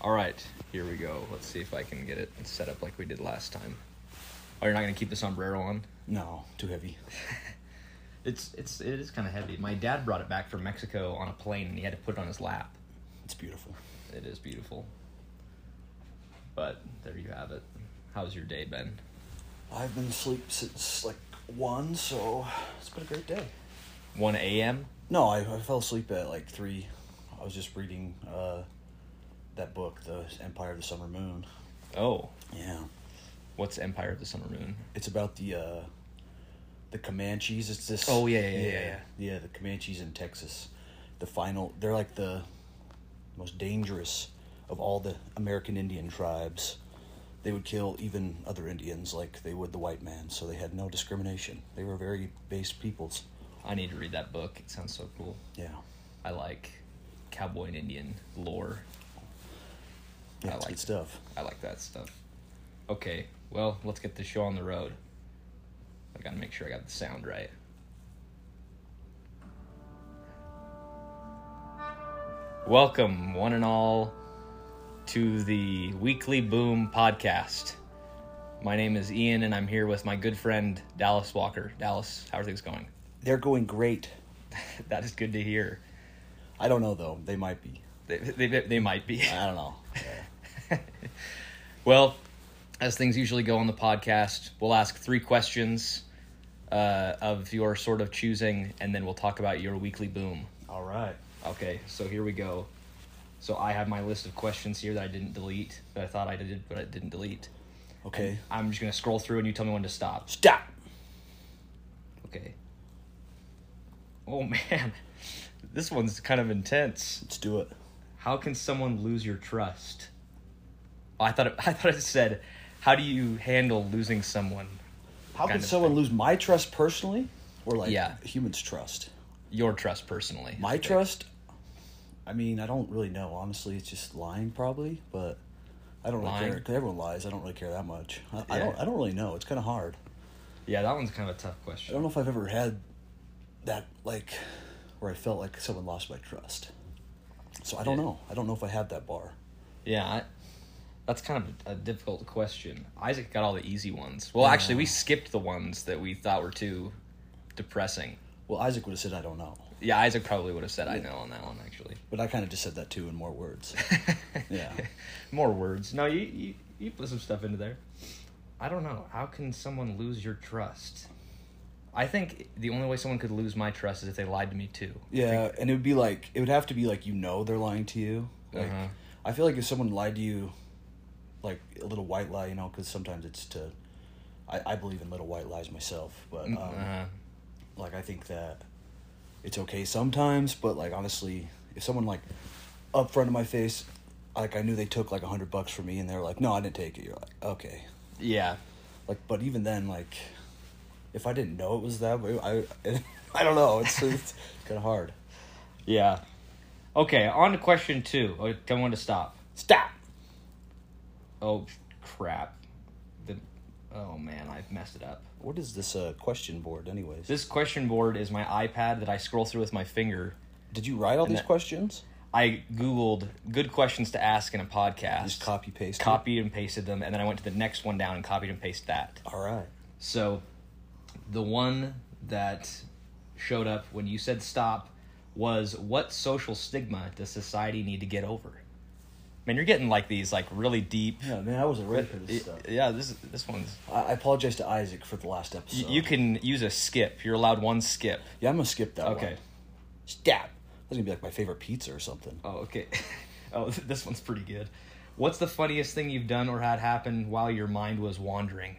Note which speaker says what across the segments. Speaker 1: All right, here we go. Let's see if I can get it set up like we did last time. Oh, you're not gonna keep the sombrero on?
Speaker 2: No, too heavy.
Speaker 1: It's it's it is kind of heavy. My dad brought it back from Mexico on a plane, and he had to put it on his lap.
Speaker 2: It's beautiful.
Speaker 1: It is beautiful. But there you have it. How's your day been?
Speaker 2: I've been asleep since like one, so it's been a great day.
Speaker 1: 1 a.m.
Speaker 2: No, I, I fell asleep at like three. I was just reading uh, that book, The Empire of the Summer Moon.
Speaker 1: Oh,
Speaker 2: Yeah,
Speaker 1: what's Empire of the Summer Moon?
Speaker 2: it's about the uh, the Comanches. It's this.
Speaker 1: Oh, yeah, yeah, yeah,
Speaker 2: yeah,
Speaker 1: yeah.
Speaker 2: yeah, The Comanches in Texas. The final. They're like the most dangerous of all the American Indian tribes. They would kill even other Indians like they would the white man, so they had no discrimination. They were very base peoples.
Speaker 1: I need to read that book. It sounds so cool.
Speaker 2: Yeah.
Speaker 1: I like cowboy and Indian lore.
Speaker 2: Yeah,
Speaker 1: I
Speaker 2: it's
Speaker 1: like
Speaker 2: good
Speaker 1: it.
Speaker 2: stuff.
Speaker 1: I like that stuff. Okay, well, let's get the show on the road. I gotta make sure I got the sound right. Welcome, one and all, to the Weekly Boom podcast. My name is Ian, and I'm here with my good friend Dallas Walker. Dallas, how are things going?
Speaker 2: They're going great.
Speaker 1: That is good to hear.
Speaker 2: I don't know though. They might be.
Speaker 1: They, they, they might be.
Speaker 2: I don't know. Yeah.
Speaker 1: Well, as things usually go on the podcast, we'll ask three questions uh, of your sort of choosing, and then we'll talk about your weekly boom.
Speaker 2: All right.
Speaker 1: Okay, so here we go. So I have my list of questions here that I didn't delete, that I thought I did, but I didn't delete.
Speaker 2: Okay.
Speaker 1: I'm just gonna scroll through, and you tell me when to stop.
Speaker 2: Stop.
Speaker 1: Okay. Oh man, this one's kind of intense.
Speaker 2: Let's do it.
Speaker 1: How can someone lose your trust? Oh, I thought it, I thought it said, "How do you handle losing someone?"
Speaker 2: How
Speaker 1: Kind
Speaker 2: can
Speaker 1: of
Speaker 2: someone lose my trust personally, or like
Speaker 1: Yeah.
Speaker 2: humans' trust?
Speaker 1: your trust personally.
Speaker 2: My trust. I mean, I don't really know. Honestly, it's just lying, probably. But I don't really
Speaker 1: Lying?
Speaker 2: care. 'cause everyone lies. I don't really care that much. I, I
Speaker 1: Yeah.
Speaker 2: don't. I don't really know. It's kind of hard.
Speaker 1: Yeah, that one's kind of a tough
Speaker 2: I don't
Speaker 1: question.
Speaker 2: know if I've ever had that like where I felt like someone lost my trust. So I don't
Speaker 1: Yeah.
Speaker 2: know. I don't know if I had that bar.
Speaker 1: Yeah, I, that's kind of a difficult question. Isaac got all the easy ones. Well, actually,
Speaker 2: Uh.
Speaker 1: we skipped the ones that we thought were too depressing.
Speaker 2: Well, Isaac would have said, "I don't know,"
Speaker 1: Yeah, Isaac probably would have said I know on that one actually.
Speaker 2: but I kind of just said that too in more words. yeah,
Speaker 1: More words. No, you, you you put some stuff into there. I don't know. How can someone lose your trust? I think the only way someone could lose my trust is if they lied to me too.
Speaker 2: yeah, and it would be like it would have to be like you know they're lying to you. Like
Speaker 1: Uh-huh.
Speaker 2: I feel like if someone lied to you, like a little white lie, you know, because sometimes it's to. I, I believe in little white lies myself, but um,
Speaker 1: Uh-huh.
Speaker 2: like I think that it's okay sometimes, but like honestly, if someone like up front of my face, like I knew they took like a hundred bucks from me, and they're like, "No, I didn't take it." You're like, "Okay,"
Speaker 1: Yeah.
Speaker 2: like but even then like if i didn't know it was that way i i don't know it's, it's kind of hard
Speaker 1: Yeah. Okay, on to question two. Oh, don't want to stop.
Speaker 2: stop
Speaker 1: Oh crap! The oh man, I've messed it up.
Speaker 2: what is this uh question board anyways
Speaker 1: This question board is my iPad that I scroll through with my finger.
Speaker 2: did you write all these
Speaker 1: that-
Speaker 2: questions
Speaker 1: I googled good questions to ask in a
Speaker 2: just
Speaker 1: podcast,
Speaker 2: copy paste it?
Speaker 1: copied and pasted them, and then I went to the next one down and copied and pasted that.
Speaker 2: all right
Speaker 1: So, the one that showed up when you said stop was what social stigma does society need to get over? Man, you're getting like these like really deep.
Speaker 2: yeah man i wasn't ready for this stuff
Speaker 1: Yeah, this this one's
Speaker 2: I, I apologize to isaac for the last
Speaker 1: Y-
Speaker 2: episode
Speaker 1: You can use a skip. You're allowed one skip.
Speaker 2: yeah i'm gonna skip that
Speaker 1: Okay.
Speaker 2: one. stop that's gonna be like my favorite pizza or something
Speaker 1: Oh, okay. oh, this one's pretty good. What's the funniest thing you've done or had happen while your mind was wandering?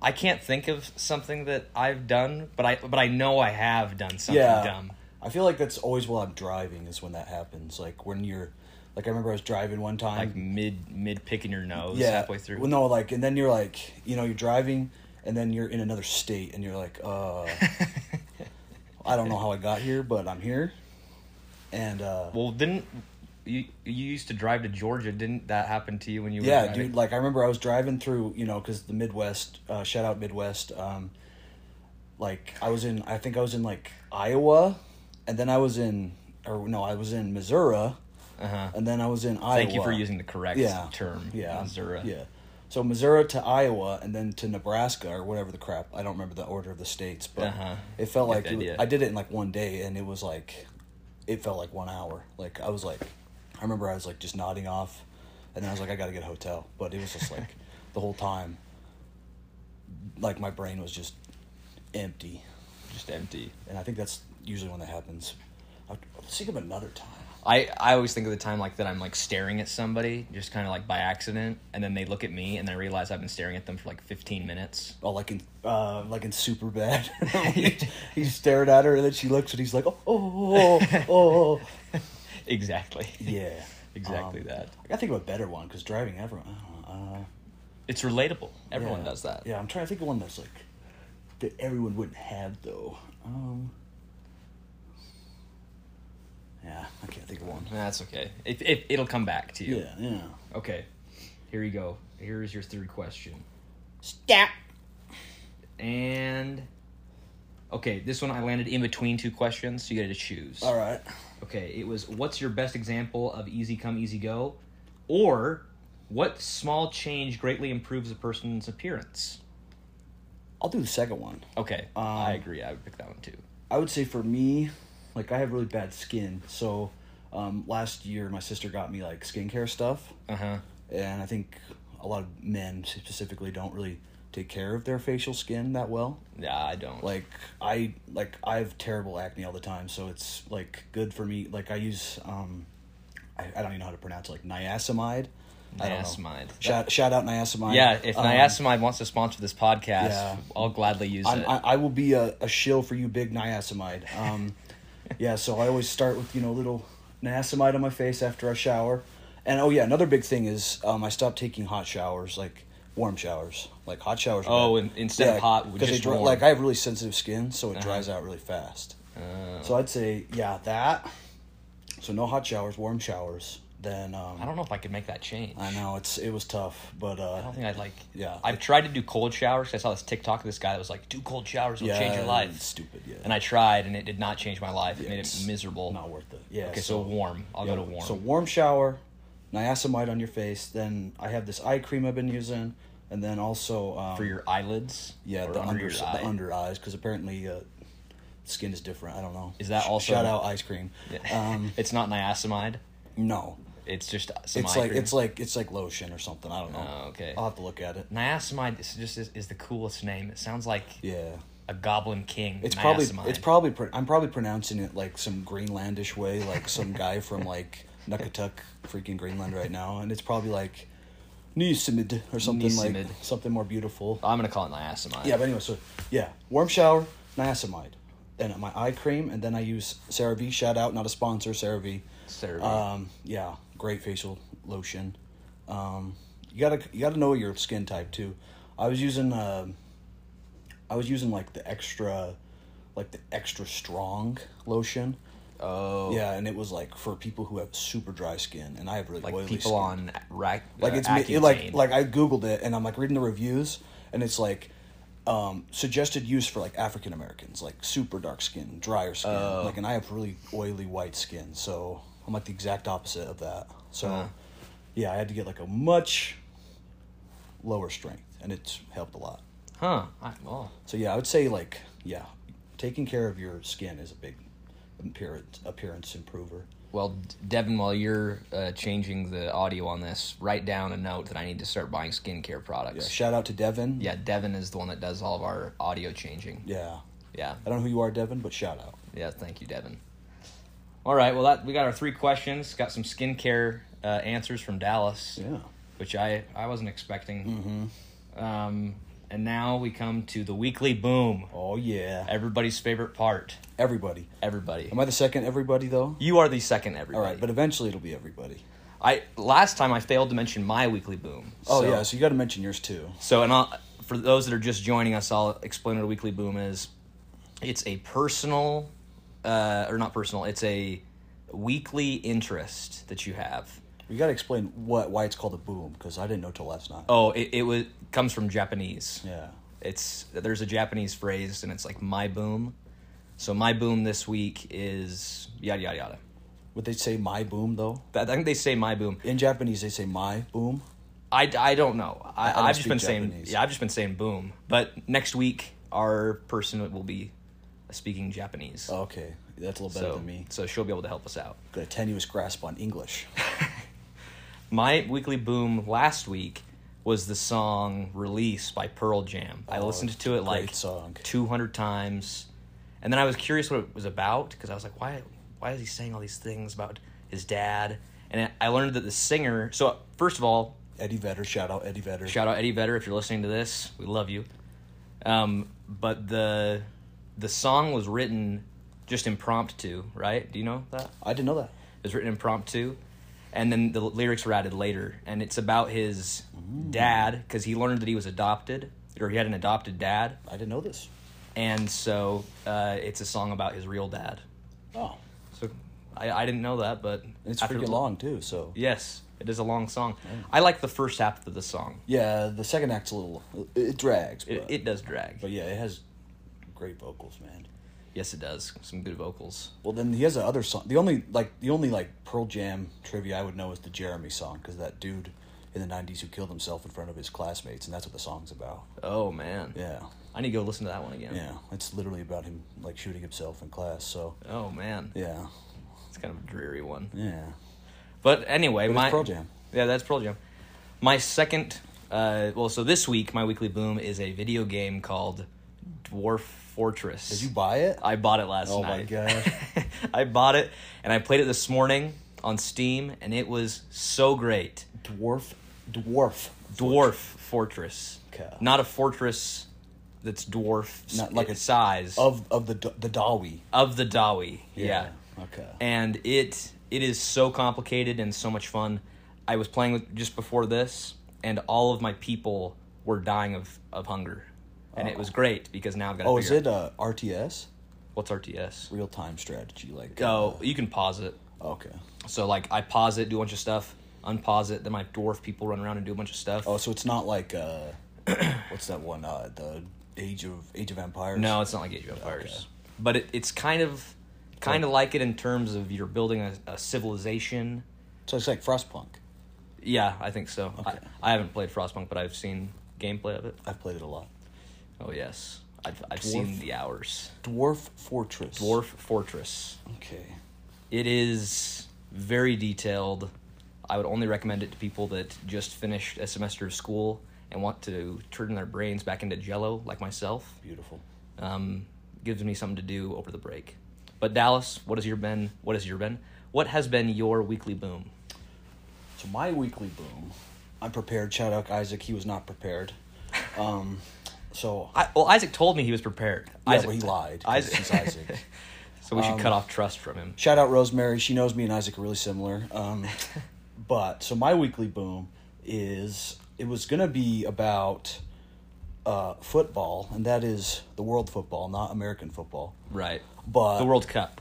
Speaker 1: I can't think of something that I've done, but I but I know I have done something
Speaker 2: yeah
Speaker 1: dumb.
Speaker 2: i feel like that's always while i'm driving is when that happens like when you're like i remember i was driving one time
Speaker 1: Like mid mid picking your nose halfway through.
Speaker 2: Well, no, like, and then you're like, you know, you're driving, and then you're in another state, and you're like, uh, I don't know how I got here, but I'm here. And uh,
Speaker 1: Well, didn't you you used to drive to Georgia? Didn't that happen to you when you were
Speaker 2: yeah,
Speaker 1: driving?
Speaker 2: dude, like I remember I was driving through, you know, because the Midwest, uh, shout out Midwest. Um, like I was in, I think I was in like Iowa, and then I was in, or no, I was in Missouri,
Speaker 1: Uh-huh.
Speaker 2: And then I was in Iowa.
Speaker 1: Thank you for using the correct
Speaker 2: yeah,
Speaker 1: term.
Speaker 2: Yeah,
Speaker 1: Missouri.
Speaker 2: Yeah. So Missouri to Iowa and then to Nebraska or whatever the crap. I don't remember the order of the states, but
Speaker 1: Uh-huh.
Speaker 2: it felt
Speaker 1: Get
Speaker 2: like
Speaker 1: the
Speaker 2: it was-
Speaker 1: idea.
Speaker 2: I did it in like one day, and it was like it felt like one hour. Like I was like, I remember I was like just nodding off, and then I was like, I gotta get a hotel. But it was just like the whole time, like my brain was just empty,
Speaker 1: Just empty.
Speaker 2: and I think that's usually when that happens. I- Let's think of another time.
Speaker 1: I, I always think of the time like that I'm like staring at somebody just kind of like by accident and then they look at me and I realize I've been staring at them for like 15 minutes.
Speaker 2: Oh, like in uh, like in super bad. he stared at her, and then she looks, and he's like, "Oh, oh, oh, oh."
Speaker 1: Exactly.
Speaker 2: yeah,
Speaker 1: Exactly
Speaker 2: Um,
Speaker 1: that.
Speaker 2: I gotta think of a better one because driving everyone. I don't know, uh,
Speaker 1: It's relatable. Everyone
Speaker 2: yeah.
Speaker 1: does that.
Speaker 2: Yeah, I'm trying to think of one that's like that everyone wouldn't have though. Um, yeah, I can't think of one.
Speaker 1: That's okay. It, it, it'll come back to you.
Speaker 2: Yeah, yeah.
Speaker 1: Okay. Here you go. Here's your third question.
Speaker 2: Stop.
Speaker 1: And okay, this one I landed in between two questions, so you got to choose.
Speaker 2: All right.
Speaker 1: Okay, it was what's your best example of easy come easy go, or what small change greatly improves a person's appearance?
Speaker 2: I'll do the second one.
Speaker 1: Okay,
Speaker 2: Um,
Speaker 1: I agree. I would pick that one too.
Speaker 2: I would say for me, like I have really bad skin. So um, last year, my sister got me like skincare stuff,
Speaker 1: Uh huh.
Speaker 2: and I think a lot of men specifically don't really take care of their facial skin that well.
Speaker 1: Yeah, I don't.
Speaker 2: Like I like I have terrible acne all the time, so it's like good for me. Like I use um, I, I don't even know how to pronounce it, like niacinamide. I don't know.
Speaker 1: Niacinamide.
Speaker 2: Shout, shout out niacinamide.
Speaker 1: yeah, if
Speaker 2: Um,
Speaker 1: niacinamide wants to sponsor this podcast,
Speaker 2: Yeah.
Speaker 1: I'll gladly use
Speaker 2: I'm,
Speaker 1: it.
Speaker 2: I, I will be a, a shill for you, big niacinamide. Um, yeah, so I always start with you know little niacinamide on my face after I shower, and oh yeah, another big thing is um, I stopped taking hot showers, like warm showers, like hot showers. are
Speaker 1: Oh,
Speaker 2: bad.
Speaker 1: in- instead of hot,
Speaker 2: they
Speaker 1: just
Speaker 2: dry-
Speaker 1: warm. Uh-huh.
Speaker 2: like I have really sensitive skin, so it dries out really fast.
Speaker 1: Oh.
Speaker 2: So I'd say yeah that. So no hot showers, warm showers. Then um,
Speaker 1: I don't know if I could make that change.
Speaker 2: I know it's it was tough, but uh,
Speaker 1: I don't think I'd like.
Speaker 2: Yeah.
Speaker 1: I've tried to do cold showers. 'cause I saw this TikTok of this guy that was like, "Do cold showers, it'll
Speaker 2: yeah,
Speaker 1: change your life."
Speaker 2: it's Stupid, yeah.
Speaker 1: And I tried, and it did not change my life. It made
Speaker 2: It's
Speaker 1: it miserable.
Speaker 2: not worth it. Yeah.
Speaker 1: okay, so, warm. I'll go to warm.
Speaker 2: So warm shower, niacinamide on your face. Then I have this eye cream I've been using, and then also um,
Speaker 1: for your eyelids.
Speaker 2: yeah
Speaker 1: or
Speaker 2: the
Speaker 1: under
Speaker 2: under,
Speaker 1: your eye.
Speaker 2: the under eyes because apparently uh, skin is different. I don't know.
Speaker 1: Is that
Speaker 2: Sh-
Speaker 1: also-
Speaker 2: shout out ice cream? Um,
Speaker 1: it's not niacinamide.
Speaker 2: no,
Speaker 1: It's just some
Speaker 2: it's
Speaker 1: eye
Speaker 2: like
Speaker 1: cream.
Speaker 2: it's like it's like lotion or something. I don't know.
Speaker 1: Oh, okay.
Speaker 2: I'll have to look at it.
Speaker 1: niacinamide is just is, is the coolest name. It sounds like
Speaker 2: Yeah.
Speaker 1: a goblin king.
Speaker 2: It's probably
Speaker 1: niacinamide.
Speaker 2: it's probably pro- I'm probably pronouncing it like some Greenlandish way, like some guy from like Nukutuk, freaking Greenland right now, and it's probably like Nisimid or something like
Speaker 1: Nisimid.
Speaker 2: something more beautiful.
Speaker 1: I'm gonna call it niacinamide.
Speaker 2: Yeah, but anyway, so yeah, warm shower, niacinamide, and my eye cream, and then I use CeraVe. Shout out, not a sponsor, CeraVe.
Speaker 1: CeraVe.
Speaker 2: Um, yeah, great facial lotion. Um, you gotta you gotta know your skin type too. I was using um I was using like the extra, like the extra strong lotion.
Speaker 1: oh,
Speaker 2: Yeah, and it was like for people who have super dry skin, and I have really
Speaker 1: like
Speaker 2: oily
Speaker 1: people
Speaker 2: skin
Speaker 1: on rack.
Speaker 2: like
Speaker 1: uh,
Speaker 2: it's it, like
Speaker 1: Accutane.
Speaker 2: like I googled it and I'm like reading the reviews and it's like um, suggested use for like African Americans, like super dark skin, drier skin.
Speaker 1: Oh.
Speaker 2: Like, and I have really oily white skin, so I'm like the exact opposite of that. So,
Speaker 1: Uh-huh.
Speaker 2: yeah, I had to get like a much lower strength, and it's helped a lot.
Speaker 1: huh? I, well,
Speaker 2: So yeah, I would say like yeah, taking care of your skin is a big appearance appearance improver.
Speaker 1: Well, Devin, while you're uh, changing the audio on this, write down a note that I need to start buying skincare
Speaker 2: Yeah,
Speaker 1: products.
Speaker 2: shout out to Devin.
Speaker 1: Yeah, Devin is the one that does all of our audio changing.
Speaker 2: yeah.
Speaker 1: Yeah,
Speaker 2: I don't know who you are, Devin, but shout out.
Speaker 1: yeah. Thank you, Devin. All right. Well, that we got our three questions. Got some skincare uh, answers from Dallas,
Speaker 2: Yeah. Mm-hmm.
Speaker 1: which I I wasn't expecting. Um, and now we come to the weekly boom.
Speaker 2: Oh yeah,
Speaker 1: Everybody's favorite part.
Speaker 2: everybody.
Speaker 1: Everybody.
Speaker 2: Am I the second everybody though?
Speaker 1: you are the second
Speaker 2: All
Speaker 1: everybody.
Speaker 2: right, but eventually it'll be everybody.
Speaker 1: I last time I failed to mention my weekly boom.
Speaker 2: Oh
Speaker 1: so-
Speaker 2: yeah, so you got to mention yours too.
Speaker 1: So, and I'll, for those that are just joining us, I'll explain what a weekly boom is. It's a personal, uh, or not personal. It's a weekly interest that you have.
Speaker 2: We got to explain what why it's called a boom because I didn't know till last night.
Speaker 1: Oh, it it was, comes from Japanese.
Speaker 2: Yeah.
Speaker 1: It's there's a Japanese phrase, and it's like my boom. So my boom this week is yada yada yada.
Speaker 2: Would they say my boom though?
Speaker 1: I think they say my boom.
Speaker 2: In Japanese, they say my boom.
Speaker 1: I, I don't know. I,
Speaker 2: I don't
Speaker 1: I've just
Speaker 2: speak
Speaker 1: been saying
Speaker 2: Japanese.
Speaker 1: yeah, I've just been saying boom. But next week our person will be speaking Japanese.
Speaker 2: Okay, that's a little better
Speaker 1: so,
Speaker 2: than me.
Speaker 1: so she'll be able to help us out.
Speaker 2: Got a tenuous grasp on English.
Speaker 1: My weekly boom last week was the song "Release" by Pearl Jam. I listened to it like
Speaker 2: Oh, great song.
Speaker 1: two hundred times, and then I was curious what it was about because I was like, "Why? Why is he saying all these things about his dad?" And I learned that the singer. So first of all,
Speaker 2: Eddie Vedder, shout out Eddie Vedder.
Speaker 1: Shout out Eddie Vedder if you're listening to this. We love you. Um, but the the song was written just impromptu, right? Do you know that?
Speaker 2: I didn't know that.
Speaker 1: It was written impromptu, and then the l- lyrics were added later. And it's about his dad because he learned that he was adopted or he had an adopted dad,
Speaker 2: I didn't know this.
Speaker 1: and so uh, it's a song about his real dad.
Speaker 2: Oh,
Speaker 1: So I, I didn't know that, but
Speaker 2: it's
Speaker 1: after-
Speaker 2: freaking long too. So
Speaker 1: Yes, it is a long song. I like the first half of the song.
Speaker 2: yeah, the second act's a little it, it drags, but,
Speaker 1: It, it does drag.
Speaker 2: but yeah, it has great vocals, man.
Speaker 1: Yes, it does. Some good vocals.
Speaker 2: Well, then he has a other song. The only like the only like Pearl Jam trivia I would know is the Jeremy song because that dude in the '90s who killed himself in front of his classmates, and that's what the song's about.
Speaker 1: Oh man,
Speaker 2: Yeah,
Speaker 1: I need to go listen to that one again.
Speaker 2: yeah, it's literally about him like shooting himself in class. So
Speaker 1: Oh man,
Speaker 2: yeah,
Speaker 1: it's kind of a dreary one.
Speaker 2: yeah,
Speaker 1: But anyway,
Speaker 2: it's
Speaker 1: my
Speaker 2: Pearl Jam.
Speaker 1: Yeah, that's Pearl Jam. My second, uh, well, so this week my weekly boom is a video game called Dwarf Fortress.
Speaker 2: Did you buy it?
Speaker 1: I bought it last
Speaker 2: Oh my
Speaker 1: night.
Speaker 2: gosh.
Speaker 1: I bought it and I played it this morning on Steam, and it was so great.
Speaker 2: Dwarf, dwarf,
Speaker 1: Dwarf Fortress,
Speaker 2: Okay.
Speaker 1: not a fortress that's dwarf,
Speaker 2: Not like
Speaker 1: in
Speaker 2: a-
Speaker 1: size
Speaker 2: of of the the Dawi.
Speaker 1: of the Dawi. yeah.
Speaker 2: Okay.
Speaker 1: and it it is so complicated and so much fun. I was playing with just before this, and all of my people were dying of, of hunger, and it was great because now I've got.
Speaker 2: oh,
Speaker 1: a
Speaker 2: is
Speaker 1: bigger-
Speaker 2: it uh, RTS?
Speaker 1: What's RTS?
Speaker 2: Real time strategy, like.
Speaker 1: Oh, you can pause it.
Speaker 2: uh, okay.
Speaker 1: So like, I pause it, do a bunch of stuff, unpause it. Then my dwarf people run around and do a bunch of stuff.
Speaker 2: Oh, so it's not like uh, what's that one? Uh, the Age of Age of Empires.
Speaker 1: No, it's not like Age of Empires, but it, it's kind of kind of like it in terms of you're building a, a civilization.
Speaker 2: So it's like Frostpunk.
Speaker 1: Yeah, I think so.
Speaker 2: Okay.
Speaker 1: I, I haven't played Frostpunk, but I've seen gameplay of it.
Speaker 2: I've played it a lot.
Speaker 1: Oh yes, I've I've seen the hours.
Speaker 2: Dwarf Fortress.
Speaker 1: Dwarf Fortress.
Speaker 2: Okay.
Speaker 1: It is very detailed. I would only recommend it to people that just finished a semester of school and want to turn their brains back into Jello, like myself.
Speaker 2: Beautiful.
Speaker 1: Um, gives me something to do over the break. But Dallas, what has your been? What has your been? What has been your weekly boom?
Speaker 2: So my weekly boom. I'm prepared. Shout out Isaac. He was not prepared. Um, so
Speaker 1: I, well, Isaac told me he was prepared.
Speaker 2: yeah,
Speaker 1: Isaac,
Speaker 2: but he lied. 'cause
Speaker 1: Isaac,
Speaker 2: He's Isaac. Um,
Speaker 1: so we should cut off trust from him.
Speaker 2: Shout out Rosemary. She knows me and Isaac are really similar. Um, but so my weekly boom is it was gonna be about uh, football, and that is the world football, not American football.
Speaker 1: Right.
Speaker 2: But
Speaker 1: The World Cup.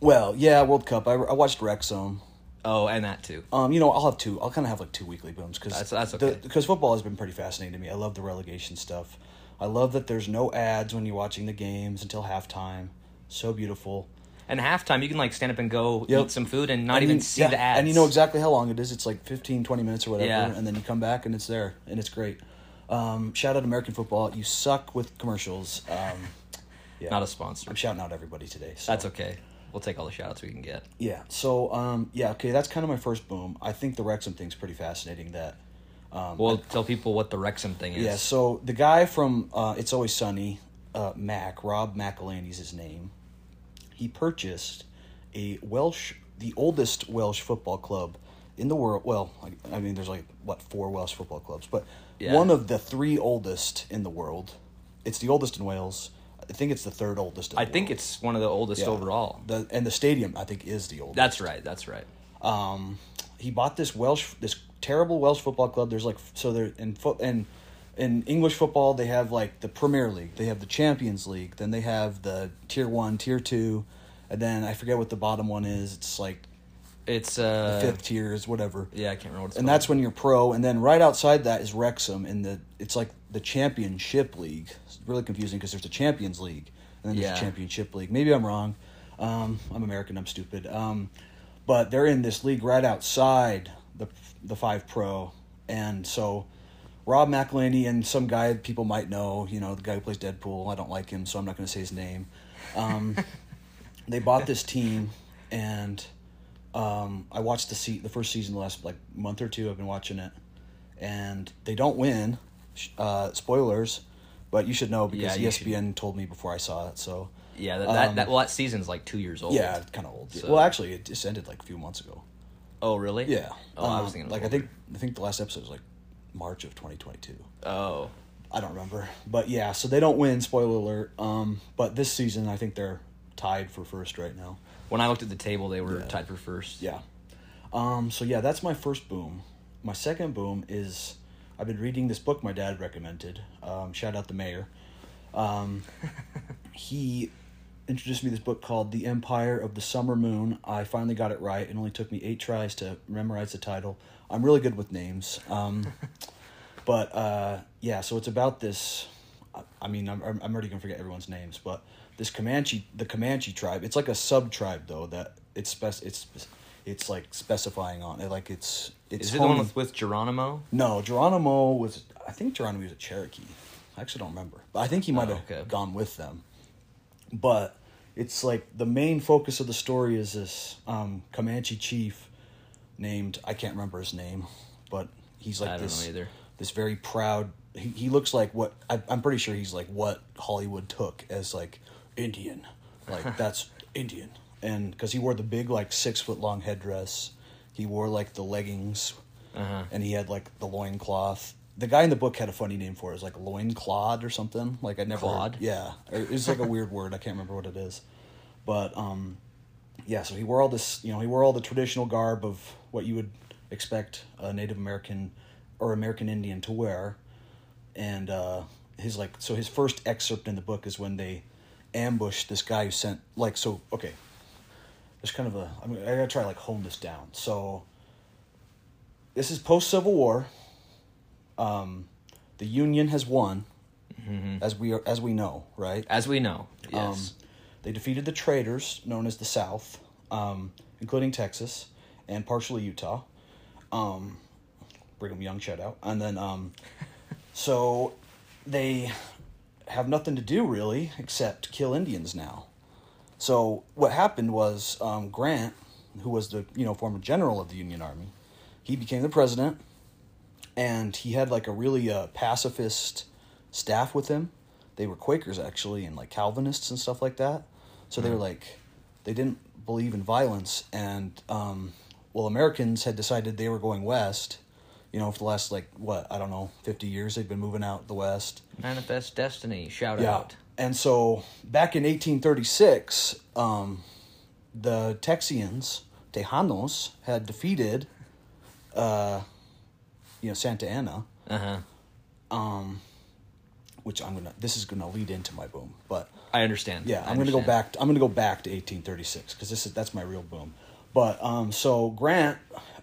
Speaker 2: well, yeah, World Cup. I, I watched Wrexham.
Speaker 1: Oh, and that too.
Speaker 2: Um, you know, I'll have two. I'll kind of have like two weekly booms because
Speaker 1: That's- that's okay.
Speaker 2: Because football has been pretty fascinating to me. I love the relegation stuff. I love that there's no ads when you're watching the games until halftime. So beautiful.
Speaker 1: And halftime, you can like stand up and go
Speaker 2: Yep.
Speaker 1: eat some food and not
Speaker 2: And
Speaker 1: even
Speaker 2: you-
Speaker 1: see
Speaker 2: yeah,
Speaker 1: the ads.
Speaker 2: And you know exactly how long it is. It's like 15, 20 minutes or whatever.
Speaker 1: Yeah.
Speaker 2: And then you come back and it's there. And it's great. Um, shout out American football. You suck with commercials. Um, yeah.
Speaker 1: Not a sponsor.
Speaker 2: I'm shouting out everybody today. So.
Speaker 1: That's okay. We'll take all the shout outs we can get.
Speaker 2: Yeah. So, um, yeah, okay, that's kind of my first boom. I think the Wrexham thing's pretty fascinating that. Um,
Speaker 1: We'll tell people what the Wrexham thing is.
Speaker 2: Yeah, so the guy from uh, It's Always Sunny, uh, Mac, Rob McElhaney's his name. He purchased a Welsh, the oldest Welsh football club in the world. Well, I- I mean, there's like, what, four Welsh football clubs, but
Speaker 1: Yeah.
Speaker 2: one of the three oldest in the world. It's the oldest in Wales. I think it's the third oldest. In
Speaker 1: I
Speaker 2: the
Speaker 1: think
Speaker 2: world.
Speaker 1: it's one of the oldest
Speaker 2: Yeah.
Speaker 1: overall.
Speaker 2: The, and the stadium, I think, is the oldest
Speaker 1: That's right. That's right.
Speaker 2: um, he bought this Welsh, this terrible Welsh football club. There's like so they're in foot and in English football they have like the Premier League, they have the Champions League, then they have the Tier One, Tier Two, and then I forget what the bottom one is. It's like
Speaker 1: It's uh
Speaker 2: fifth tier is whatever.
Speaker 1: Yeah, I can't remember what it's
Speaker 2: And
Speaker 1: called.
Speaker 2: that's when you're pro, and then right outside that is Wrexham, and the it's like the Championship League. It's really confusing because there's the Champions League, and then there's
Speaker 1: Yeah.
Speaker 2: the Championship League. Maybe I'm wrong. Um, I'm American. I'm stupid. Um, But they're in this league right outside the the five pro, and so Rob McElhenney and some guy people might know, you know, the guy who plays Deadpool. I don't like him, so I'm not going to say his name. Um, they bought this team, and um, I watched the se- the first season the last like month or two. I've been watching it, and they don't win. Sh- Uh, spoilers, but you should know because E
Speaker 1: Yeah, you should.
Speaker 2: ESPN told me before I saw it. So
Speaker 1: Yeah, that, that,
Speaker 2: Um,
Speaker 1: that well, that season's like two years old.
Speaker 2: yeah, kind of old.
Speaker 1: So-
Speaker 2: Well, actually, it just ended like a few months ago.
Speaker 1: Oh, really?
Speaker 2: Yeah.
Speaker 1: Oh, I
Speaker 2: Um,
Speaker 1: was thinking. it was
Speaker 2: like I
Speaker 1: older.
Speaker 2: think I think the last episode was like March of 2022.
Speaker 1: Oh,
Speaker 2: I don't remember, but yeah. So they don't win. Spoiler alert. Um, but this season, I think they're tied for first right now.
Speaker 1: when I looked at the table, they were tied for first.
Speaker 2: Yeah. Um, so yeah, that's my first boom. My second boom is I've been reading this book my dad recommended. Um, shout out the mayor. Um, he introduced me to this book called The Empire of the Summer Moon. I finally got it right. It only took me eight tries to memorize the title. I'm really good with names. Um, but uh, yeah, so it's about this. I- I mean, I'm I'm already gonna forget everyone's names, but this Comanche, the Comanche tribe, it's like a sub tribe though that it's spec, it's it's like specifying on it, like it's it's.
Speaker 1: Is it the one
Speaker 2: homing-
Speaker 1: with, with Geronimo?
Speaker 2: no, Geronimo was. I think Geronimo was a Cherokee. I actually don't remember, but I think he might
Speaker 1: Oh,
Speaker 2: have
Speaker 1: okay.
Speaker 2: gone with them. But it's like the main focus of the story is this um, Comanche chief named I can't remember his name, but he's like
Speaker 1: I don't
Speaker 2: this
Speaker 1: know either.
Speaker 2: this very proud. He, he looks like what I, I'm pretty sure he's like what Hollywood took as like Indian, like that's Indian, and because he wore the big like six foot long headdress, he wore like the leggings, and he had like the loincloth. The guy in the book had a funny name for it. It was like loinclod or something. Like I never.
Speaker 1: Clod?
Speaker 2: Yeah, it was like a weird word. I can't remember what it is, but um, yeah, so he wore all this, you know, he wore all the traditional garb of what you would expect a Native American or American Indian to wear. And uh, his, like, so his first excerpt in the book is when they ambush this guy who sent, like, so, okay, there's kind of a, I'm, I gotta try to, like, hone this down. So, this is post Civil War. Um, the Union has won, as we are, as we know, right?
Speaker 1: As we know,
Speaker 2: Um,
Speaker 1: yes.
Speaker 2: they defeated the traitors known as the South, um, including Texas and partially Utah. Um, Brigham Young shout out. And then, um, so they have nothing to do really except kill Indians now. So what happened was um, Grant, who was the you know former general of the Union Army, he became the president, and he had like a really uh, pacifist staff with him. They were Quakers actually, and like Calvinists and stuff like that. So they were like, they didn't believe in violence, and um, well, Americans had decided they were going west. You know, for the last like what I don't know, fifty years they've been moving out the west.
Speaker 1: Manifest Destiny. Shout out.
Speaker 2: And so back in 1836, um, the Texians, Tejanos, had defeated, uh, you know, Santa Anna,
Speaker 1: Uh huh.
Speaker 2: which I'm gonna. This is gonna lead into my boom, but
Speaker 1: I understand.
Speaker 2: Yeah,
Speaker 1: I
Speaker 2: I'm going to go
Speaker 1: understand.
Speaker 2: back. I'm going to go back to 1836 because this is that's my real boom. But um, so Grant,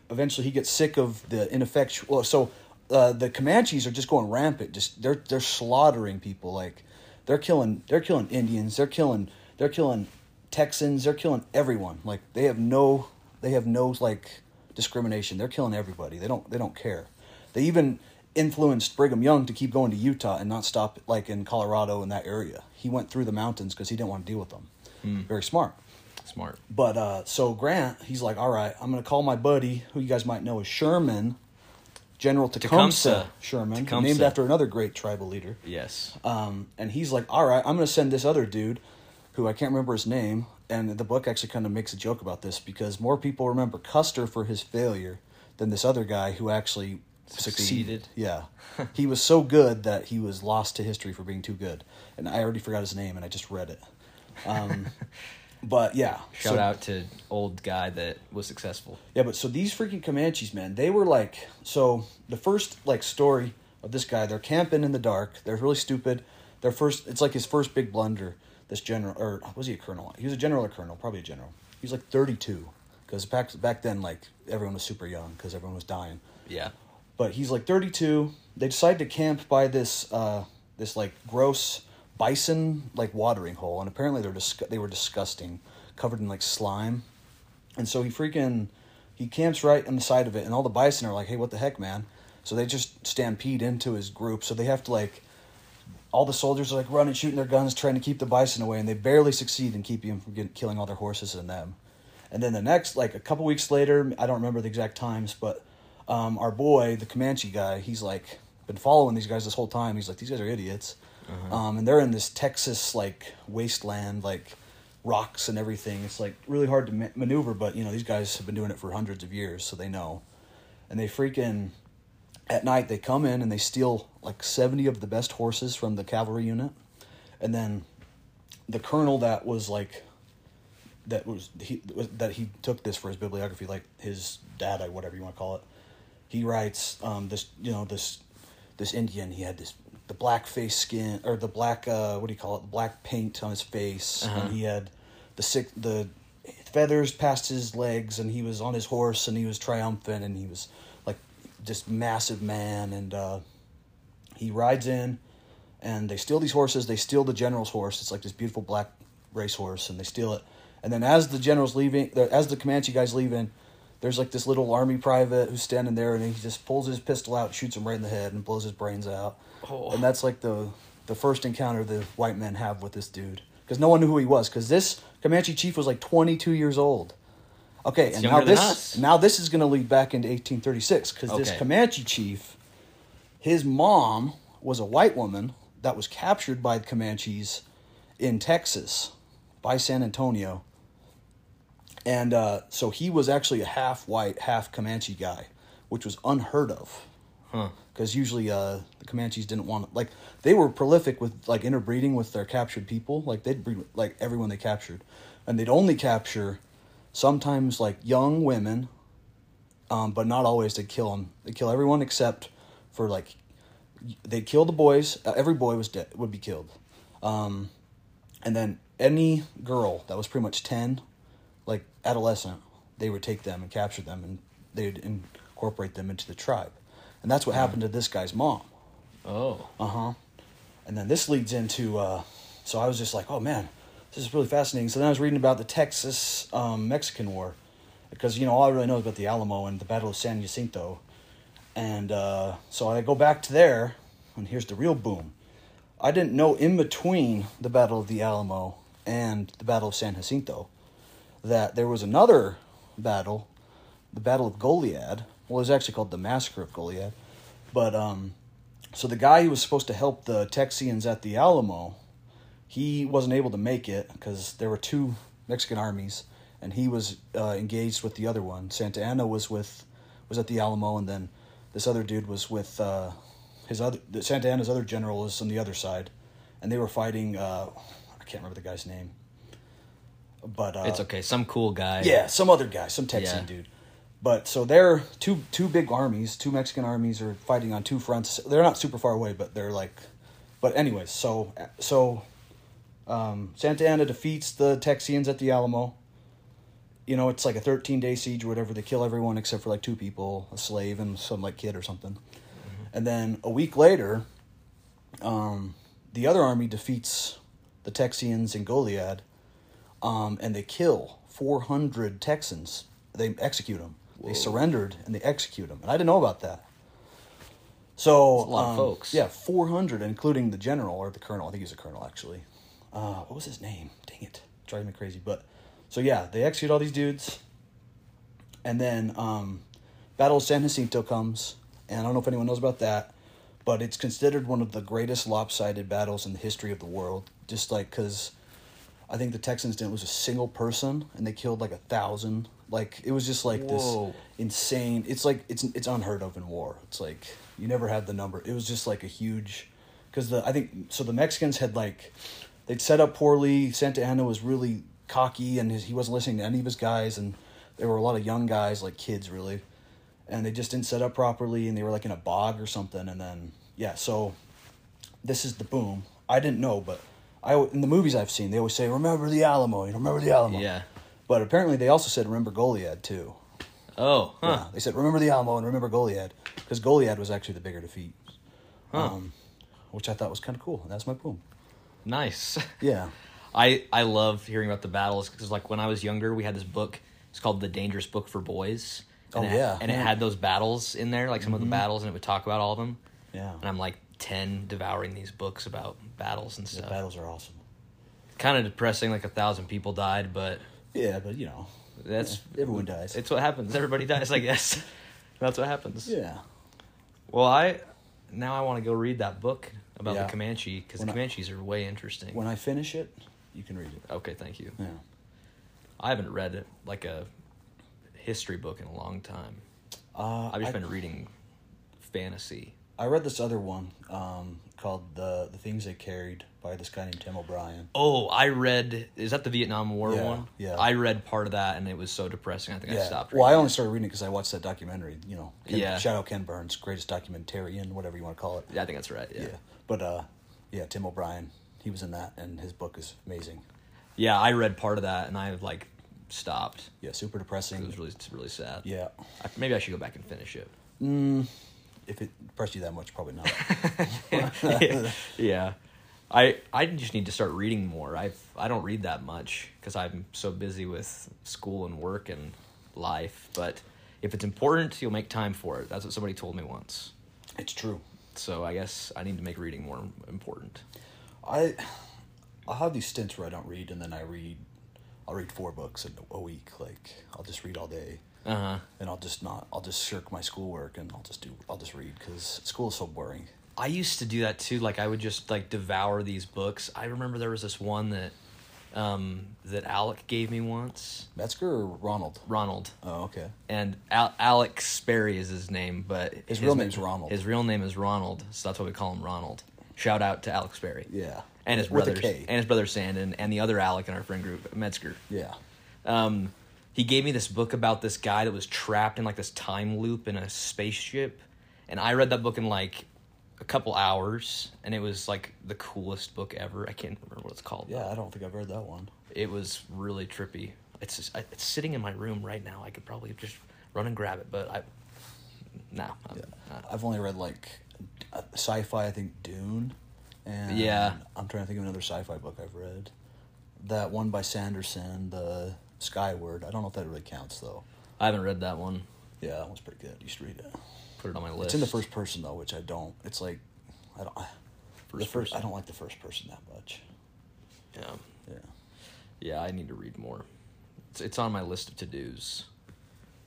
Speaker 2: eventually he gets sick of the ineffectual. well, So uh, the Comanches are just going rampant. Just they're they're slaughtering people. Like they're killing they're killing Indians. They're killing they're killing Texans. They're killing everyone. Like they have no they have no like discrimination. They're killing everybody. They don't they don't care. They even influenced Brigham Young to keep going to Utah and not stop like in Colorado in that area. He went through the mountains because he didn't want to deal with them. Very smart.
Speaker 1: Smart.
Speaker 2: But uh, so Grant, he's like, all right, I'm going to call my buddy, who you guys might know as Sherman, General Tecumseh,
Speaker 1: Tecumseh.
Speaker 2: Sherman,
Speaker 1: Tecumseh.
Speaker 2: named after another great tribal leader.
Speaker 1: Yes.
Speaker 2: Um, and he's like, all right, I'm going to send this other dude who I can't remember his name. And the book actually kind of makes a joke about this because more people remember Custer for his failure than this other guy who actually succeeded.
Speaker 1: Succeeded.
Speaker 2: Yeah. he was so good that he was lost to history for being too good. And I already forgot his name and I just read it. Um, but yeah.
Speaker 1: Shout
Speaker 2: so-
Speaker 1: out to old guy that was successful.
Speaker 2: yeah, but so these freaking Comanches, man, they were like so the first like story of this guy, they're camping in the dark. They're really stupid. Their first it's like his first big blunder. This general or was he a colonel? He was a general or colonel, probably a general. He was like 32 cuz back back then like everyone was super young cuz everyone was dying.
Speaker 1: Yeah.
Speaker 2: But he's like 32. They decide to camp by this uh this like gross bison like watering hole and apparently they're dis- they were disgusting, covered in like slime And so he freaking he camps right on the side of it, and all the bison are like, "Hey, what the heck, man?" So they just stampede into his group. So they have to like all the soldiers are like running, shooting their guns, trying to keep the bison away, and they barely succeed in keeping him from getting, killing all their horses and them. And then the next, like a couple weeks later, I don't remember the exact times, but um, our boy, the Comanche guy, he's like been following these guys this whole time. He's like, these guys are idiots, um, and they're in this Texas like wasteland, like rocks and everything. It's like really hard to ma- maneuver, but you know these guys have been doing it for hundreds of years, so they know. And they freaking at night they come in and they steal like 70 of the best horses from the cavalry unit and then the colonel that was like that was he that he took this for his bibliography like his dad or whatever you want to call it he writes um this you know this this indian he had this the black face skin or the black uh what do you call it the black paint on his face and he had the sick the feathers past his legs and he was on his horse and he was triumphant and he was like just massive man and uh he rides in and they steal these horses they steal the general's horse it's like this beautiful black racehorse and they steal it and then as the general's leaving the- as the comanche guy's leaving there's like this little army private who's standing there and he just pulls his pistol out shoots him right in the head and blows his brains out
Speaker 1: Oh.
Speaker 2: and that's like the the first encounter the white men have with this dude because no one knew who he was because this comanche chief was like 22 years old okay and now
Speaker 1: younger than
Speaker 2: this
Speaker 1: us.
Speaker 2: now this is going to lead back into 1836 because this
Speaker 1: Okay.
Speaker 2: comanche chief his mom was a white woman that was captured by the Comanches in Texas by San Antonio. And uh, so he was actually a half white, half Comanche guy, which was unheard of. Because usually uh, the Comanches didn't want like they were prolific with like interbreeding with their captured people. Like they'd breed with, like everyone they captured, and they'd only capture sometimes like young women um, but not always. They kill them. They kill everyone except for like they kill the boys. Uh, every boy was dead would be killed, um, and then any girl that was pretty much ten, like adolescent, they would take them and capture them and they'd incorporate them into the tribe, and that's what happened to this guy's mom.
Speaker 1: Oh.
Speaker 2: And then this leads into, uh, so I was just like, oh man, this is really fascinating. So then I was reading about the Texas um, Mexican War, because you know all I really know is about the Alamo and the Battle of San Jacinto, and uh, so I go back to there, and here's the real boom. I didn't know in between the Battle of the Alamo and the Battle of San Jacinto that there was another battle, the Battle of Goliad. Well, it was actually called the Massacre of Goliad, but um, so the guy who was supposed to help the Texians at the Alamo, he wasn't able to make it because there were two Mexican armies, and he was uh, engaged with the other one. Santa Anna was with was at the Alamo, and then this other dude was with uh, his other the- Santa Anna's other general is on the other side, and they were fighting. Uh, I can't remember the guy's name, but uh,
Speaker 1: It's okay. Some cool guy.
Speaker 2: yeah, some other guy, some Texan
Speaker 1: Yeah.
Speaker 2: dude. But so they're two two big armies, two Mexican armies are fighting on two fronts. They're not super far away, but they're like, but anyways, so so, um, Santa Anna defeats the Texians at the Alamo. You know, it's like a thirteen day siege or whatever. They kill everyone except for like two people, a slave and some like kid or something. And then a week later, um, the other army defeats the Texians in Goliad um, and they kill 400 Texans. They execute them. They surrendered and they execute them. And I didn't know about that. So,
Speaker 1: a lot of
Speaker 2: um,
Speaker 1: folks.
Speaker 2: Yeah, 400, including the general or the colonel. I think he's a colonel, actually. Uh, what was his name? Dang it. Driving me crazy. But, so yeah, they execute all these dudes. And then um, Battle of San Jacinto comes, and I don't know if anyone knows about that, but it's considered one of the greatest lopsided battles in the history of the world. Just like because I think the Texans didn't lose a single person, and they killed like a thousand. Like it was just like
Speaker 1: Whoa.
Speaker 2: this insane. It's like it's it's unheard of in war. It's like you never had the number. It was just like a huge, because the I think so the Mexicans had like they'd set up poorly. Santa Anna was really cocky and his, he wasn't listening to any of his guys, and there were a lot of young guys like kids really, and they just didn't set up properly, and they were like in a bog or something, and then yeah, so this is the boom. I didn't know, but I in the movies I've seen, they always say, "Remember the Alamo," you know, remember the Alamo.
Speaker 1: Yeah.
Speaker 2: But apparently, they also said, "Remember Goliad" too.
Speaker 1: Oh. Huh.
Speaker 2: Yeah, they said, "Remember the Alamo and remember Goliad," because Goliad was actually the bigger defeat, um, which I thought was kind of cool. And that's my boom.
Speaker 1: Nice.
Speaker 2: Yeah.
Speaker 1: I I love hearing about the battles because like when I was younger, we had this book It's called The Dangerous Book for Boys.
Speaker 2: Oh,
Speaker 1: And it-
Speaker 2: yeah.
Speaker 1: and it
Speaker 2: Yeah.
Speaker 1: had those battles in there, like some of the battles, and it would talk about all of them.
Speaker 2: Yeah.
Speaker 1: And I'm like ten, devouring these books about battles and
Speaker 2: The
Speaker 1: stuff.
Speaker 2: battles are awesome.
Speaker 1: Kind of depressing. Like a thousand people died, but
Speaker 2: Yeah, but you know,
Speaker 1: that's
Speaker 2: everyone dies.
Speaker 1: it's what happens. Everybody dies, I guess. that's what happens.
Speaker 2: yeah.
Speaker 1: Well, I now I want to go read that book about
Speaker 2: Yeah.
Speaker 1: the Comanche because the
Speaker 2: When I-
Speaker 1: Comanches are way interesting.
Speaker 2: When I finish it, you can read it.
Speaker 1: okay, thank you.
Speaker 2: Yeah.
Speaker 1: I haven't read it, like a history book in a long time.
Speaker 2: Uh,
Speaker 1: I've just
Speaker 2: I,
Speaker 1: been reading fantasy.
Speaker 2: I read this other one um, called the the things they carried by this guy named Tim O'Brien.
Speaker 1: Oh, I read. Is that the Vietnam War
Speaker 2: Yeah,
Speaker 1: one?
Speaker 2: yeah.
Speaker 1: I read part of that, and it was so depressing. I think I stopped.
Speaker 2: Well, I
Speaker 1: reading
Speaker 2: only started reading it because I watched that documentary. You know, Ken,
Speaker 1: Yeah.
Speaker 2: Shout out Ken Burns, greatest documentarian, whatever you want to call it.
Speaker 1: it. Yeah, I think that's right. Yeah.
Speaker 2: Yeah.
Speaker 1: yeah,
Speaker 2: But uh, yeah, Tim O'Brien, he was in that, and his book is amazing.
Speaker 1: I read part of that, and I like stopped.
Speaker 2: Yeah, super
Speaker 1: It
Speaker 2: depressing.
Speaker 1: was really, it's really sad.
Speaker 2: Yeah.
Speaker 1: I, maybe I should go back and finish it.
Speaker 2: If it depressed you that much, probably not.
Speaker 1: yeah. I I just need to start reading more. I I don't read that much because I'm so busy with school and work and life. But if it's important, you'll make time for it. That's what somebody told me once.
Speaker 2: it's true.
Speaker 1: So I guess I need to make reading more important.
Speaker 2: I I'll have these stints where I don't read, and then I read. I'll read four books in a week. Like I'll just read all day,
Speaker 1: Uh huh.
Speaker 2: and I'll just not. I'll just shirk my schoolwork, and I'll just do. I'll just read because school is so boring.
Speaker 1: I used to do that too. Like I would just like devour these books. I remember there was this one that um that Alec gave me once.
Speaker 2: Metzger or Ronald?
Speaker 1: Ronald.
Speaker 2: Oh, okay.
Speaker 1: and Al- Alex Sperry is his name, but his,
Speaker 2: real name's Ronald.
Speaker 1: His real name is Ronald, so that's why we call him Ronald. Shout out to Alex Sperry.
Speaker 2: Yeah.
Speaker 1: And his
Speaker 2: With a
Speaker 1: brother
Speaker 2: K.
Speaker 1: and his brother Sandon and the other Alec in our friend group, Metzger.
Speaker 2: Yeah.
Speaker 1: Um he gave me this book about this guy that was trapped in like this time loop in a spaceship. And I read that book in like a couple hours and it was like the coolest book ever. I can't remember what it's called.
Speaker 2: Yeah, I don't think I've read that one.
Speaker 1: It was really trippy. It's just, I- it's sitting in my room right now. I could probably just run and grab it, but I no. I'm not.
Speaker 2: I've only read like uh, sci-fi. I think Dune. And
Speaker 1: Yeah.
Speaker 2: I'm trying to think of another sci-fi book I've read. That one by Sanderson, the Skyward. I don't know if that really counts though.
Speaker 1: I haven't read that one.
Speaker 2: Yeah, that one's pretty good. You should read it.
Speaker 1: Put it on my list.
Speaker 2: It's in the first person though, which I don't. It's like I don't. the
Speaker 1: First
Speaker 2: first,
Speaker 1: person.
Speaker 2: I don't like the first person that much.
Speaker 1: Yeah.
Speaker 2: Yeah.
Speaker 1: Yeah, I need to read more. It's it's on my list of to dos.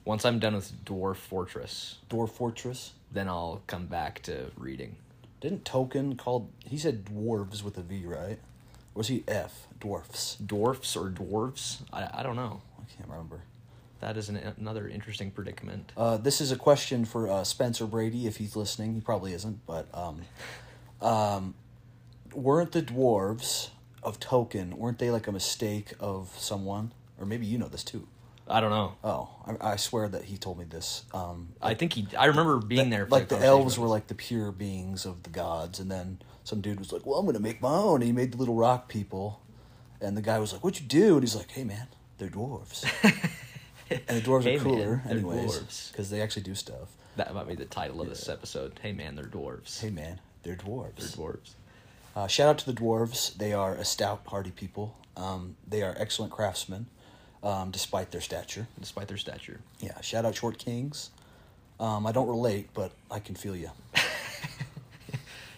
Speaker 1: Once I'm done with Dwarf Fortress,
Speaker 2: Dwarf Fortress.
Speaker 1: then I'll come back to reading.
Speaker 2: Didn't Token called? He said dwarves with a V, right? Or was he F? Dwarfs.
Speaker 1: Dwarfs or dwarves? I I don't know.
Speaker 2: I can't remember.
Speaker 1: That is an, another interesting predicament.
Speaker 2: Uh, this is a question for uh, Spencer Brady if he's listening. He probably isn't, but um, um, weren't the dwarves of Token weren't they like a mistake of someone? Or maybe you know this too.
Speaker 1: I don't know.
Speaker 2: Oh, I, I swear that he told me this. Um,
Speaker 1: I think he. I remember being there. For
Speaker 2: like the
Speaker 1: conversation.
Speaker 2: elves were like the pure beings of the gods, and then some dude was like, "Well, I'm gonna make my own." And he made the little rock people, and the guy was like, "What'd you do?" And he's like, "Hey, man, they're dwarves." and the dwarves
Speaker 1: Hey,
Speaker 2: are
Speaker 1: man,
Speaker 2: cooler,
Speaker 1: they're
Speaker 2: anyways,
Speaker 1: dwarves.
Speaker 2: because they actually do stuff.
Speaker 1: That might be the title of this episode. Hey man, they're dwarves.
Speaker 2: Hey, man, they're dwarves.
Speaker 1: They're dwarves.
Speaker 2: Uh, shout out to the dwarves. They are a stout, hardy people. Um, they are excellent craftsmen, um, despite their stature.
Speaker 1: Despite their stature.
Speaker 2: Yeah, shout out short kings. Um, I don't relate, but I can feel you.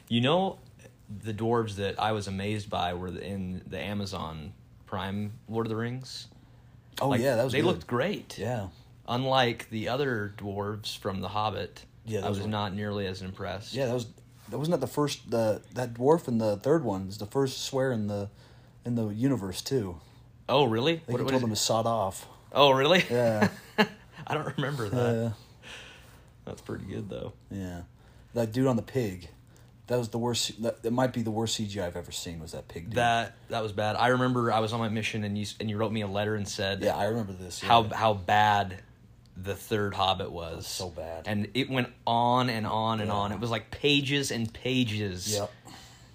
Speaker 1: You know, the dwarves that I was amazed by were the- in the Amazon Prime Lord of the Rings.
Speaker 2: Oh
Speaker 1: Like,
Speaker 2: yeah, that was
Speaker 1: they
Speaker 2: good.
Speaker 1: looked great.
Speaker 2: Yeah,
Speaker 1: Unlike the other dwarves from The Hobbit,
Speaker 2: Yeah,
Speaker 1: I
Speaker 2: those
Speaker 1: was
Speaker 2: were-
Speaker 1: not nearly as impressed.
Speaker 2: yeah, that was that wasn't that the first the that dwarf in the third one is the first swear in the in the universe too.
Speaker 1: Oh really?
Speaker 2: They
Speaker 1: What- what
Speaker 2: told
Speaker 1: is
Speaker 2: him
Speaker 1: it?
Speaker 2: to sod off.
Speaker 1: Oh really?
Speaker 2: Yeah,
Speaker 1: I don't remember that.
Speaker 2: uh,
Speaker 1: That's pretty good though.
Speaker 2: yeah. That dude on the pig, that was the worst. That, that might be the worst CGI I've ever seen. Was that pig? Dude.
Speaker 1: That that was bad. I remember I was on my mission and you s- and you wrote me a letter and said
Speaker 2: yeah, I remember this. yeah.
Speaker 1: how how bad the third Hobbit was.
Speaker 2: So bad.
Speaker 1: and it went on and on and on. It was like pages and pages.
Speaker 2: Yep.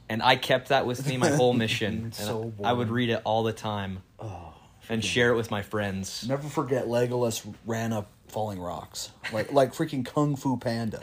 Speaker 1: And I kept that with me my whole mission. And
Speaker 2: So boring. Oh,
Speaker 1: I would read it all the time and share it with my friends.
Speaker 2: Never forget Legolas ran up falling rocks like like freaking Kung Fu Panda.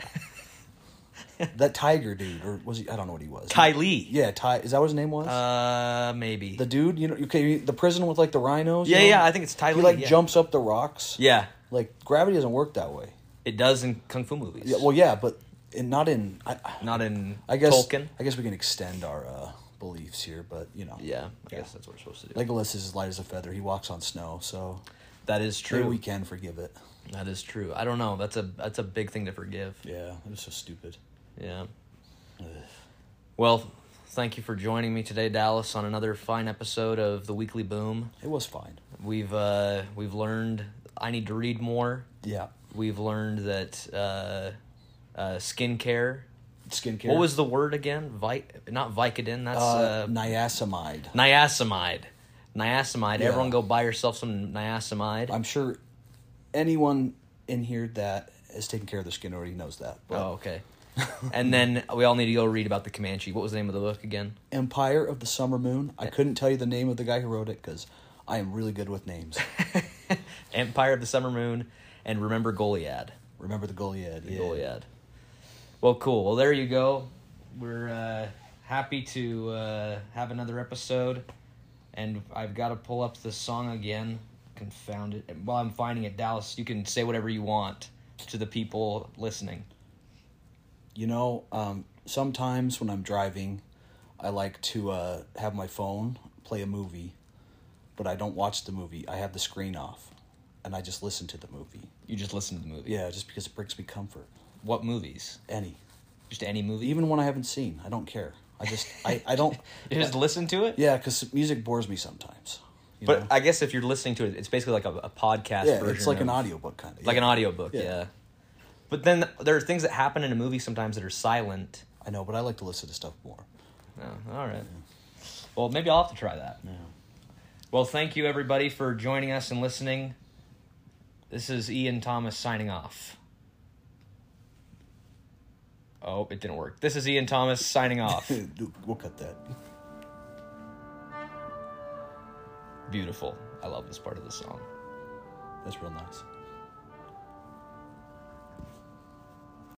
Speaker 2: that tiger dude, or was he? I don't know what he was.
Speaker 1: Ty Lee.
Speaker 2: Yeah, Ty. Is that what his name was?
Speaker 1: Uh, maybe.
Speaker 2: the dude, you know, okay, the prison with like the rhinos. you
Speaker 1: yeah,
Speaker 2: know?
Speaker 1: yeah. I think it's Ty
Speaker 2: He
Speaker 1: Lee.
Speaker 2: like
Speaker 1: yeah.
Speaker 2: jumps up the rocks.
Speaker 1: Yeah,
Speaker 2: Like gravity doesn't work that way.
Speaker 1: it does in kung fu movies.
Speaker 2: Yeah, well, yeah, but in, not in. I,
Speaker 1: not in
Speaker 2: I guess.
Speaker 1: Tolkien.
Speaker 2: I guess we can extend our uh, beliefs here, but you know.
Speaker 1: Yeah, I
Speaker 2: Yeah.
Speaker 1: guess that's what we're supposed to do.
Speaker 2: Legolas is as light as a feather. He walks on snow, so
Speaker 1: that is
Speaker 2: maybe
Speaker 1: true.
Speaker 2: we can forgive it.
Speaker 1: That is true. I don't know. That's a that's a big thing to forgive.
Speaker 2: Yeah, it was so stupid.
Speaker 1: Yeah. Well, thank you for joining me today, Dallas, on another fine episode of the Weekly Boom.
Speaker 2: It was fine.
Speaker 1: We've uh, we've learned I need to read more.
Speaker 2: Yeah,
Speaker 1: We've learned that uh, uh, skincare.
Speaker 2: skincare.
Speaker 1: What was the word again? Vi- not Vicodin. That's
Speaker 2: uh,
Speaker 1: uh,
Speaker 2: niacinamide?
Speaker 1: niacinamide. Niacinamide.
Speaker 2: Yeah.
Speaker 1: Everyone, go buy yourself some niacinamide.
Speaker 2: I'm sure anyone in here that has taken care of their skin already knows that. But
Speaker 1: oh, okay. and then we all need to go read about the Comanche. What was the name of the book again?
Speaker 2: Empire of the Summer Moon. I couldn't tell you the name of the guy who wrote it because I am really good with names.
Speaker 1: Empire of the Summer Moon, and remember Goliad.
Speaker 2: Remember the Goliad? Yeah.
Speaker 1: Goliad. Well, cool. Well, there you go. We're uh, happy to uh, have another episode, and I've got to pull up the song again. Confound it. While I'm finding it, Dallas, you can say whatever you want to the people listening.
Speaker 2: You know, um, sometimes when I'm driving, I like to uh, have my phone play a movie, but I don't watch the movie. I have the screen off, and I just listen to the movie.
Speaker 1: You just listen to the movie.
Speaker 2: Yeah, just because it brings me comfort.
Speaker 1: What movies?
Speaker 2: Any,
Speaker 1: Just any movie.
Speaker 2: even one I haven't seen, I don't care. I just, I, I don't.
Speaker 1: you just listen to it.
Speaker 2: Yeah, because music bores me sometimes. you
Speaker 1: But
Speaker 2: know?
Speaker 1: I guess if you're listening to it, it's basically like a, a podcast
Speaker 2: yeah,
Speaker 1: version.
Speaker 2: it's like an
Speaker 1: of-
Speaker 2: audiobook kind of.
Speaker 1: like an audiobook, yeah.
Speaker 2: Yeah.
Speaker 1: But then there are things that happen in a movie sometimes that are silent.
Speaker 2: I know, but I like to listen to stuff more.
Speaker 1: Oh, all right. Well, maybe I'll have to try that. Well, thank you everybody for joining us and listening. This is Ian Thomas signing off. Oh, it didn't work. This is Ian Thomas signing off.
Speaker 2: we'll cut that.
Speaker 1: Beautiful. I love this part of the song.
Speaker 2: That's real nice.